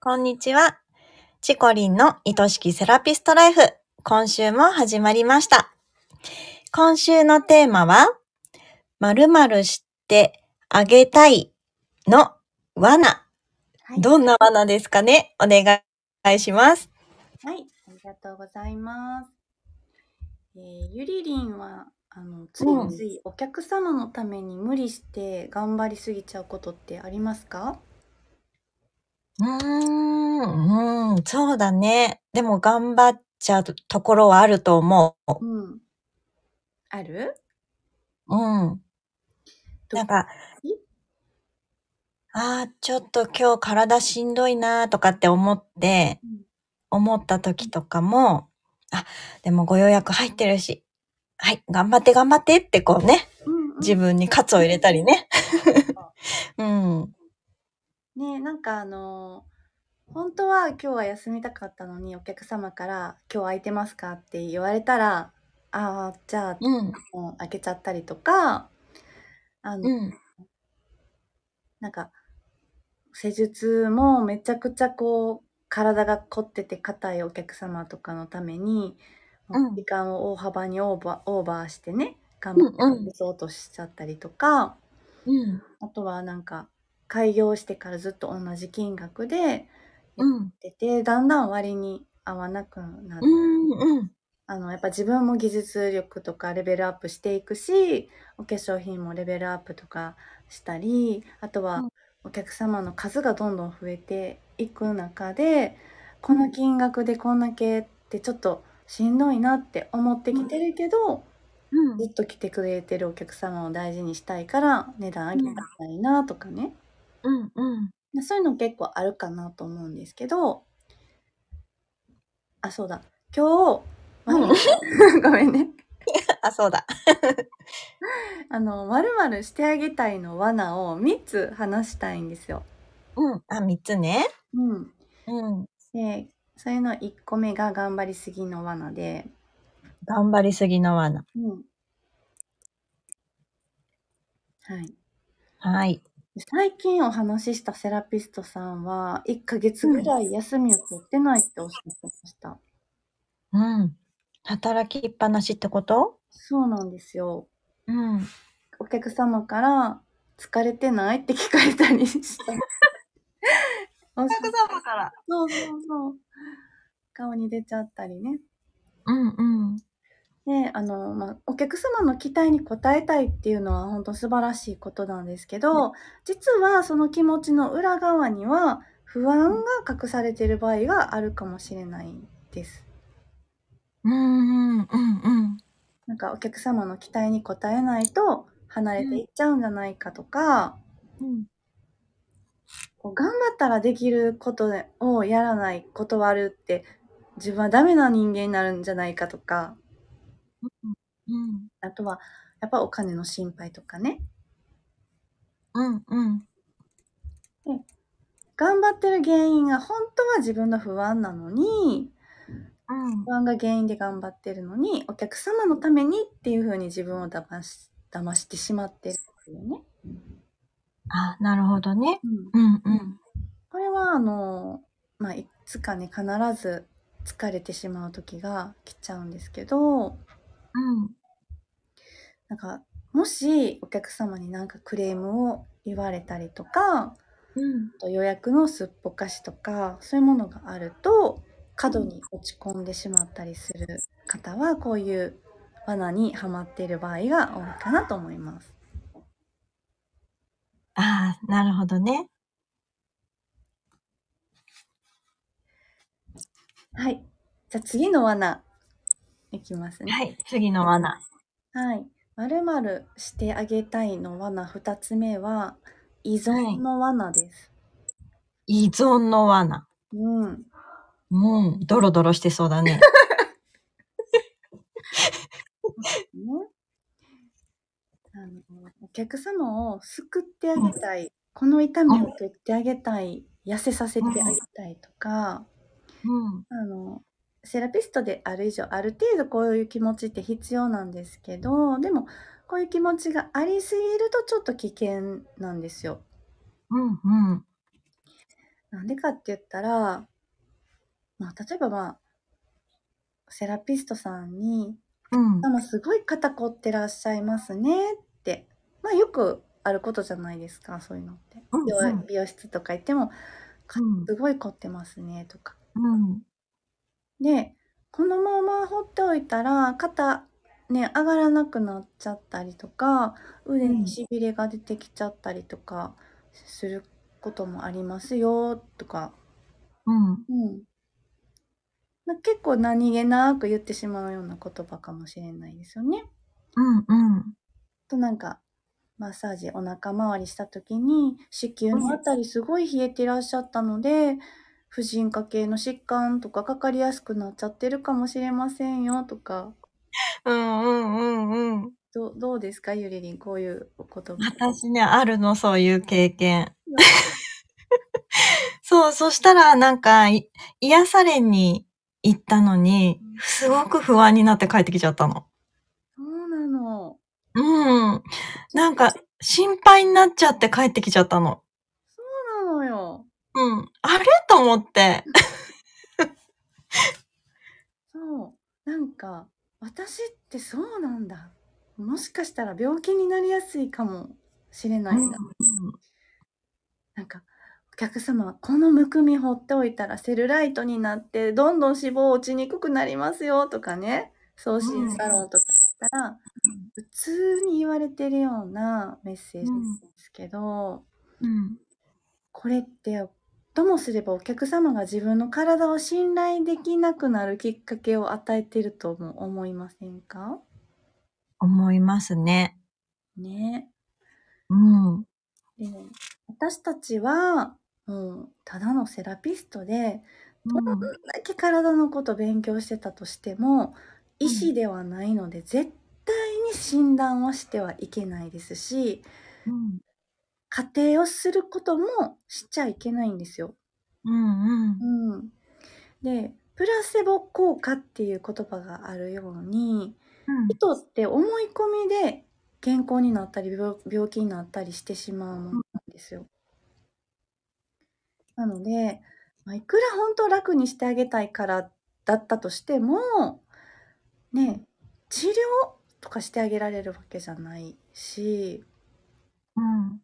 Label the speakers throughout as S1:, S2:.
S1: こんにちは。チコリンの愛しきセラピストライフ。今週も始まりました。今週のテーマは、〇〇してあげたいの罠。
S2: はい
S1: どんな罠ですかねお願いします。
S2: はい、ありがとうございます。えーゆりりんはあのついついお客様のために無理して頑張りすぎちゃうことってありますか？
S1: うーん、うん、そうだね。でも頑張っちゃうところはあると思う。
S2: うん。ある？
S1: うん。なんか、ああ、ちょっと今日体しんどいなーとかって思って、
S2: うん
S1: 思った時とかも、あ、でもご予約入ってるし、はい、頑張って頑張ってってこうね、
S2: うんうん
S1: 自分に喝を入れたりね。うん。
S2: ねえなんかあのー本当は今日は休みたかったのにお客様から今日空いてますかって言われたら、ああじゃあ
S1: うん。
S2: もう開けちゃったりとか、あの
S1: うん。
S2: なんか、施術もめちゃくちゃこう、体が凝ってて硬いお客様とかのために、
S1: うん
S2: 時間を大幅にオーバーオーバーしてね、頑張って
S1: うんうん
S2: 隠そうとしちゃったりとか、
S1: うん。
S2: あとはなんか、開業してからずっと同じ金額で
S1: うん。
S2: 出て、だんだん割に合わなくなって、
S1: うん。うん。
S2: あの、やっぱ自分も技術力とかレベルアップしていくし、お化粧品もレベルアップとかしたり、あと
S1: う
S2: は
S1: ん
S2: お客様の数がどんどん増えていく中で、この金額でこんだけってちょっとしんどいなって思ってきてるけど、
S1: うん
S2: ずっと来てくれてるお客様を大事にしたいから値段上げたいなとかね。
S1: うん。うん。
S2: まあそういうの結構あるかなと思うんですけど、あ、そうだ。今日、
S1: うん
S2: 悪い ごめんね。
S1: あ、そうだ。
S2: あの、まるまるしてあげたいの罠を3つ話したいんですよ。
S1: うん。あ、三つね。
S2: うん。
S1: うん。
S2: で、それの1個目が頑張りすぎの罠で、
S1: 頑張りすぎの罠。
S2: うん。はい。
S1: はい。
S2: 最近お話ししたセラピストさんは、1ヶ月ぐらい休みを取ってないっておっしゃってました。
S1: うん。働きっぱなしってこと
S2: そうなんですよ。
S1: うん。
S2: お客様から、疲れてないって聞かれたり した。お
S1: お
S2: そう
S1: 様から。
S2: そうそう。顔に出ちゃったりね。
S1: うんうん。
S2: ね、あの、まあ、お客様の期待に応えたいっていうのは本当素晴らしいことなんですけど、実はその気持ちの裏側には不安が隠されている場合があるかもしれないです。
S1: うんうんうんうん。
S2: なんかお客様の期待に応えないと離れていっちゃうんじゃないかとか、
S1: うん
S2: こう頑張ったらできることをやらない断るって自分はダメな人間になるんじゃないかとか、
S1: うん
S2: あとはやっぱお金の心配とかね。
S1: うんうん
S2: 頑張ってる原因が本当は自分の不安なのに
S1: うん
S2: 不安が原因で頑張ってるのにお客様のためにっていう風に自分を騙し騙してしまってるんですよね。
S1: あ、なるほどね。うんうん
S2: これはあの、まあ、いつかね必ず疲れてしまう時が来ちゃうんですけど
S1: うん
S2: なんかもしお客様になんかクレームを言われたりとか
S1: うん
S2: あと予約のすっぽかしとかそういうものがあると過度に落ち込んでしまったりする方はこういう罠にはまっている場合が多いかなと思います。
S1: あー、なるほどね。
S2: はい。じゃあ次の罠いきますね。
S1: はい、次の罠。
S2: はい。まるまるしてあげたいの罠2つ目は依存の罠です。
S1: 依存の罠。
S2: うん。
S1: うん、ドロドロしてそうだね。
S2: ね。あのお客様を救ってあげたい、この痛みを取ってあげたい、痩せさせてあげたいとか、
S1: うん
S2: あのセラピストである以上ある程度こういう気持ちって必要なんですけどでもこういう気持ちがありすぎるとちょっと危険なんですよ。
S1: うんうん
S2: なんでかって言ったら、まあ、例えばまあ、セラピストさんに、
S1: うん
S2: でもすごい肩凝ってらっしゃいますねって、まあよくあることじゃないですか、そういうのって。
S1: うん
S2: 美容
S1: うん
S2: 美容室とか行っても、か
S1: うん
S2: すごい凝ってますねとか。
S1: うん
S2: で、このまま放っておいたら、肩、ね、上がらなくなっちゃったりとか、腕
S1: うん
S2: にしびれが出てきちゃったりとかすることもありますよとか、
S1: うん
S2: うん。な結構何気なく言ってしまうような言葉かもしれないですよね。
S1: うんうん
S2: あとなんか、マッサージ、お腹周りした時に、子宮のあたりすごい冷えてらっしゃったので、婦人科系の疾患とかかかりやすくなっちゃってるかもしれませんよとか、
S1: うんうんうんうん
S2: どどうですかゆりりん、こういうお言葉。
S1: 私ね、あるの、そういう経験。 そう、そしたらなんか、い癒されに行ったのに、すごく不安になって帰ってきちゃったの。
S2: そうなの。
S1: うん。なんか、心配になっちゃって帰ってきちゃったの。
S2: そうなのよ。
S1: うん。あれと思って。
S2: そう。なんか、私ってそうなんだ。もしかしたら病気になりやすいかもしれないな。なんかお客様はこのむくみ放っておいたらセルライトになってどんどん脂肪落ちにくくなりますよとかね送信サロンとかだったら、普通に言われてるようなメッセージなんですけど、
S1: うん。
S2: これってともすればお客様が自分の体を信頼できなくなるきっかけを与えてるとも思いませんか
S1: 思いますね。
S2: ね
S1: うん。
S2: でも私たちはもうただのセラピストでどんだけ体のこと勉強してたとしても医師ではないので絶対に診断をしてはいけないですし
S1: うん。
S2: 仮定をすることもしちゃいけないんですよ。
S1: うん。うん。
S2: うん、でプラセボ効果っていう言葉があるように人って思い込みで健康になったり病病気になったりしてしまうものなんですよ。なので、まあ、いくら本当楽にしてあげたいからだったとしてもね治療とかしてあげられるわけじゃないし
S1: うん。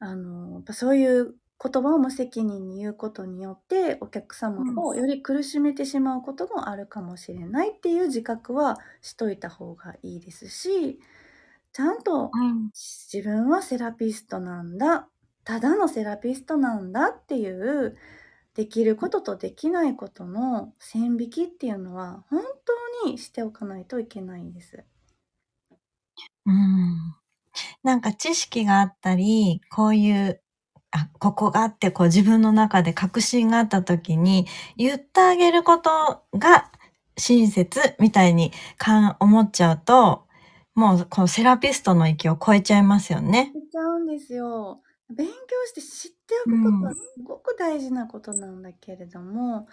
S2: あのやっぱそういう言葉を無責任に言うことによってお客様をより苦しめてしまうこともあるかもしれないっていう自覚はしといた方がいいですしちゃんと
S1: うん。
S2: 自分はセラピストなんだただのセラピストなんだっていうできることとできないことの線引きっていうのは本当にしておかないといけないんです。
S1: うんなんか知識があったり、こういう、あ、ここがあって、こう自分の中で確信があった時に、言ってあげることが親切みたいにかん思っちゃうと、もうこのセラピストの域を超えちゃいますよね。
S2: やっちゃうんですよ。勉強して知っておくことはすごく大事なことなんだけれども、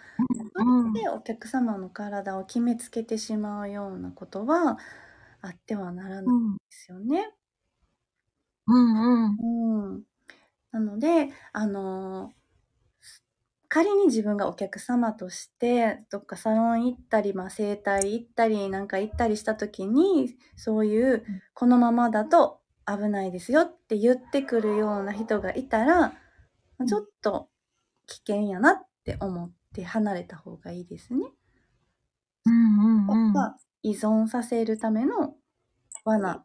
S1: うん
S2: それでお客様の体を決めつけてしまうようなことはあってはならないんで
S1: ん。
S2: すよね。
S1: うんうん。
S2: うん、なので、あの仮に自分がお客様としてどっかサロン行ったり、まあ、整体行ったりなんか行ったりした時にそういうこのままだと危ないですよって言ってくるような人がいたらちょっと危険やなって思って離れた方がいいですね。
S1: うんうんうん。
S2: まあ依存させるための罠、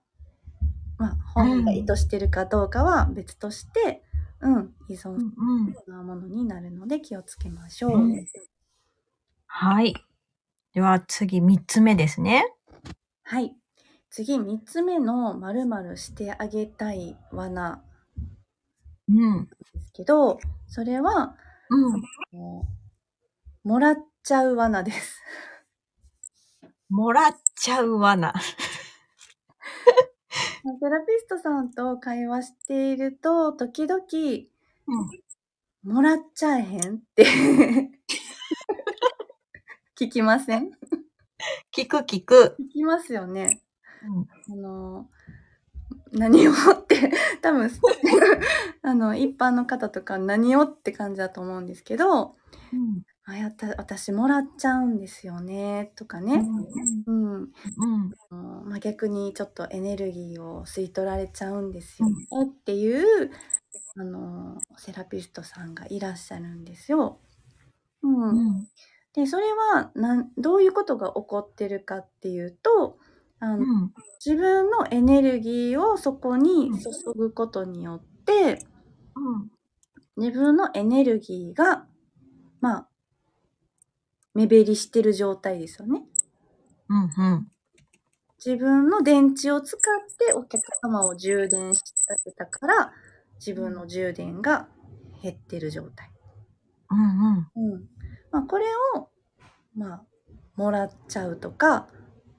S2: まあ、本人が意図してるかどうかは別として、うん依存
S1: う
S2: す
S1: んうん
S2: るようなものになるので気をつけましょう。
S1: うんはい。では次3つ目ですね。
S2: はい次3つ目の「まるしてあげたい罠
S1: うん。」
S2: ですけどそれは
S1: うん。
S2: もうもらっちゃう罠です。
S1: もらっちゃう罠。
S2: セラピストさんと会話していると時々
S1: うん。
S2: もらっちゃえへんって聞きません
S1: 聞く聞く。
S2: 聞きますよね。
S1: うん
S2: あの何をって多分 あの一般の方とか何をって感じだと思うんですけど
S1: うん
S2: あやった私もらっちゃうんですよねとかね、うん
S1: うん
S2: あのまあ、逆にちょっとエネルギーを吸い取られちゃうんですよねっていう、あのセラピストさんがいらっしゃるんですよ。うん
S1: うん
S2: でそれはなんどういうことが起こってるかっていうとあの、
S1: うん
S2: 自分のエネルギーをそこに
S1: うん
S2: 注ぐことによって
S1: うん
S2: 自分のエネルギーがまあ目減りしてる状態ですよね。
S1: うんうん
S2: 自分の電池を使ってお客様を充電してあげたから自分の充電が減ってる状態。
S1: うんうん
S2: うんまあ、これを、まあ、もらっちゃうとか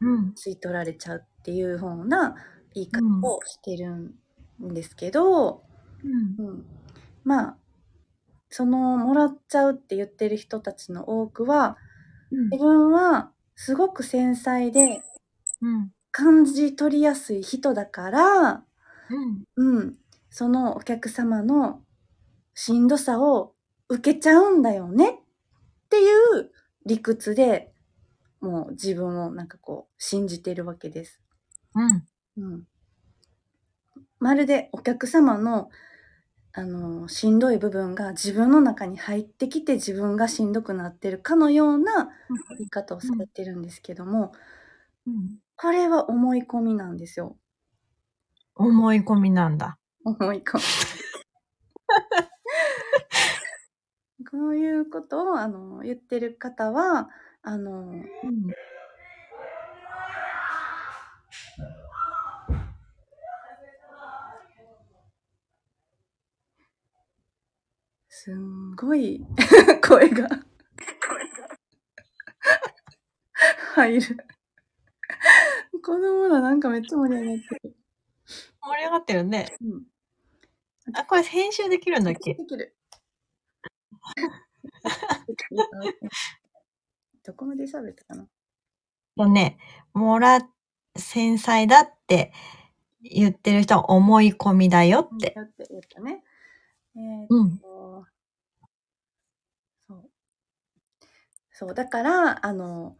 S1: うん
S2: 吸い取られちゃうっていうような言い方をしてるんですけど、
S1: うん
S2: うんまあそのもらっちゃうって言ってる人たちの多くは
S1: うん
S2: 自分はすごく繊細で
S1: うん
S2: 感じ取りやすい人だから
S1: うん
S2: うん、そのお客様のしんどさを受けちゃうんだよねっていう理屈でもう自分をなんかこう信じてるわけです。
S1: うん
S2: うん、まるでお客様のあのしんどい部分が自分の中に入ってきて自分がしんどくなってるかのような言い方をされてるんですけども、
S1: うん
S2: これは思い込みなんですよ。
S1: 思い込みなんだ。
S2: 思い込むこういうことをあの言ってる方はあの
S1: うん
S2: すんごい 声が入る子供らなんかめっちゃ盛り上がってる、
S1: 盛り上がってるね。
S2: うん、
S1: あ、これ編集できるんだっけ
S2: できる どこまで喋ったかな
S1: とね、もら、繊細だって言ってる人は思い込みだよって。
S2: やって言ったねえー
S1: うん。
S2: こうそう。そう、だから、あの、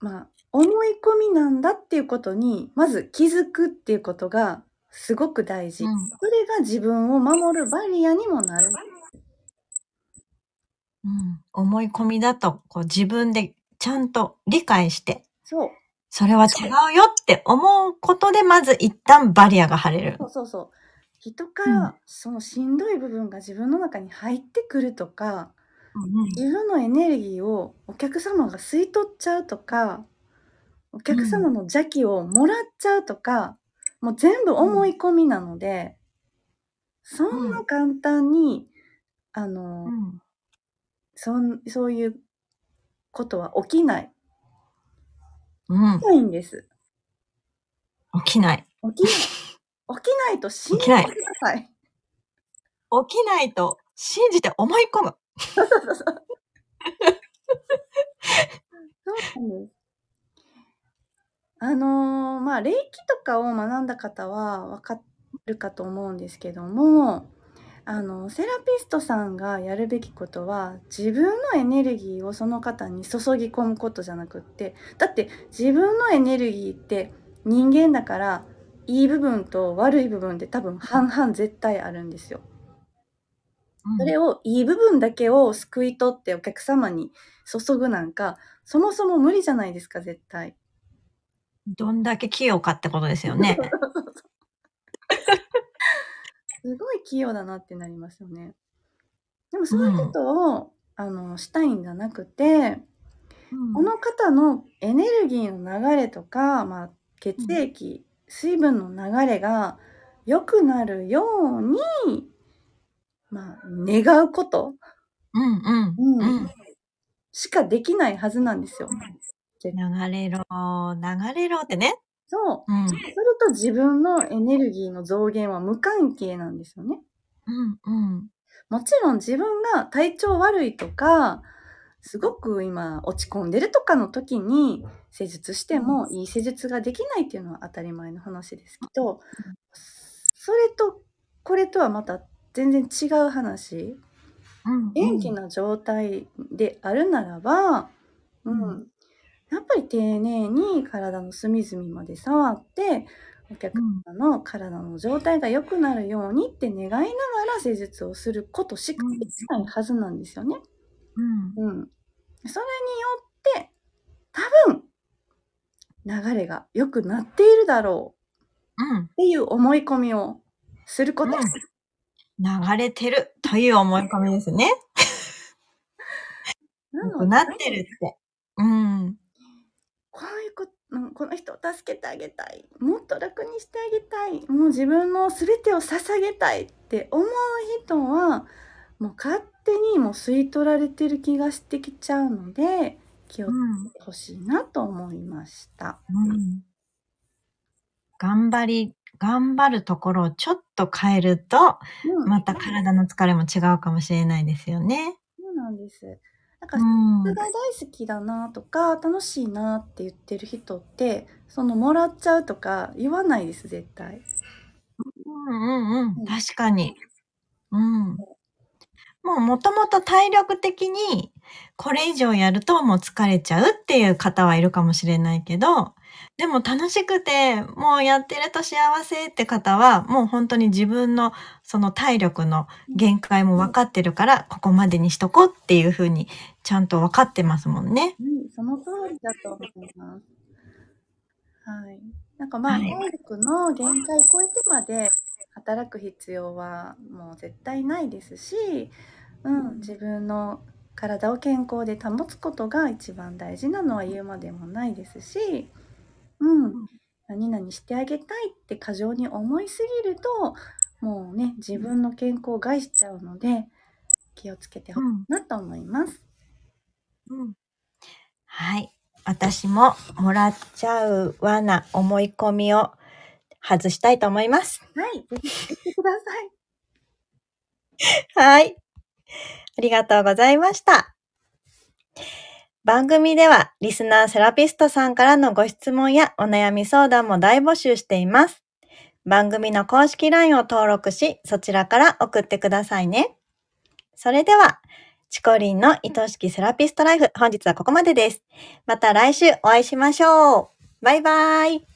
S2: まあ、思い込みなんだっていうことに、まず気づくっていうことがすごく大事。
S1: うん
S2: それが自分を守るバリアにもなる。
S1: うん、思い込みだと、こう自分でちゃんと理解して、
S2: そう、
S1: それは違うよって思うことで、まず一旦バリアが張れる
S2: そ。うそうそう。人か
S1: う
S2: ら、そのしんどい部分が自分の中に入ってくるとか、
S1: うん
S2: 自分のエネルギーをお客様が吸い取っちゃうとかお客様の邪気をもらっちゃうとか、もう全部思い込みなので、そんな簡単に、あの、
S1: うん。
S2: そんそういうことは起きない。
S1: うん
S2: 起き。ないんです。
S1: 起きない。
S2: 起きない。起きないと信じてくださ
S1: 起
S2: い。
S1: きないと信じて思い込む。
S2: そうなんです。あのーまあ霊気とかを学んだ方は分かるかと思うんですけどもあのセラピストさんがやるべきことは自分のエネルギーをその方に注ぎ込むことじゃなくってだって自分のエネルギーって人間だからいい部分と悪い部分で多分半々絶対あるんですよ。
S1: うん
S2: それをいい部分だけをすくい取ってお客様に注ぐなんかそもそも無理じゃないですか絶対。
S1: どんだけ器用かってことですよね。
S2: すごい器用だなってなりますよね。でもそういうことを、あのしたいんじゃなくて
S1: うん
S2: この方のエネルギーの流れとか、まあ、血液、水分の流れが良くなるように、まあ、願うこと、
S1: うんうん。うん
S2: しかできないはずなんですよ。
S1: 流れろ、流れろってね。
S2: そう
S1: うん。
S2: それと自分のエネルギーの増減は無関係なんですよね。
S1: うんうん。
S2: もちろん自分が体調悪いとか、すごく今落ち込んでるとかの時に施術してもいい施術ができないっていうのは当たり前の話ですけどそれとこれとはまた全然違う話
S1: うん
S2: 元気な状態であるならば、うん
S1: う
S2: やっぱり丁寧に体の隅々まで触ってお客
S1: うん
S2: 様の体の状態が良くなるようにって願いながら施術をすることしかできないはずなんですよね。
S1: うん
S2: うん、それによって多分流れが良くなっているだろ
S1: うん
S2: うっていう思い込みをすること、
S1: うん流れてるという思い込みですね。
S2: な
S1: 良
S2: の
S1: く
S2: で
S1: なってるって。うん。
S2: こういうことうんこの人を助けてあげたいもっと楽にしてあげたいもう自分の全てを捧げたいって思う人はもう勝手にもう吸い取られてる気がしてきちゃうので気をつ
S1: うん
S2: けてほしいなと思いました。
S1: うん頑張り、頑張るところをちょっと変えると、
S2: うん
S1: また体の疲れも違うかもしれないですよね。
S2: そうなんですなんか
S1: うん。
S2: が大好きだなとか楽しいなって言ってる人ってそのもらっちゃうとか言わないです絶対。
S1: うんうんうんん。確かに。うん。もうもともと体力的にこれ以上やるともう疲れちゃうっていう方はいるかもしれないけど、でも楽しくてもうやってると幸せって方はもう本当に自分のその体力の限界も分かってるからここまでにしとこうっていうふうにちゃんと分かってますもんね。
S2: うん、その通りだと思います。はい。なんかまあ、
S1: はい
S2: 体力の限界を超えてまで働く必要はもう絶対ないですし、うん、自分の体を健康で保つことが一番大事なのは言うまでもないですし、うん、何々してあげたいって過剰に思いすぎると、もうね、自分の健康を害しちゃうので、気をつけてほしい
S1: ん。
S2: なと思います。
S1: うんはい。私ももらっちゃう罠、思い込みを外したいと思います。
S2: はい、ぜひ聞いてくだ さい。
S1: はい。ありがとうございました。番組ではリスナーセラピストさんからのご質問やお悩み相談も大募集しています。番組の公式 LINE を登録し、そちらから送ってくださいね。それでは、チコリンの愛しきセラピストライフ、本日はここまでです。また来週お会いしましょう。バイバイ。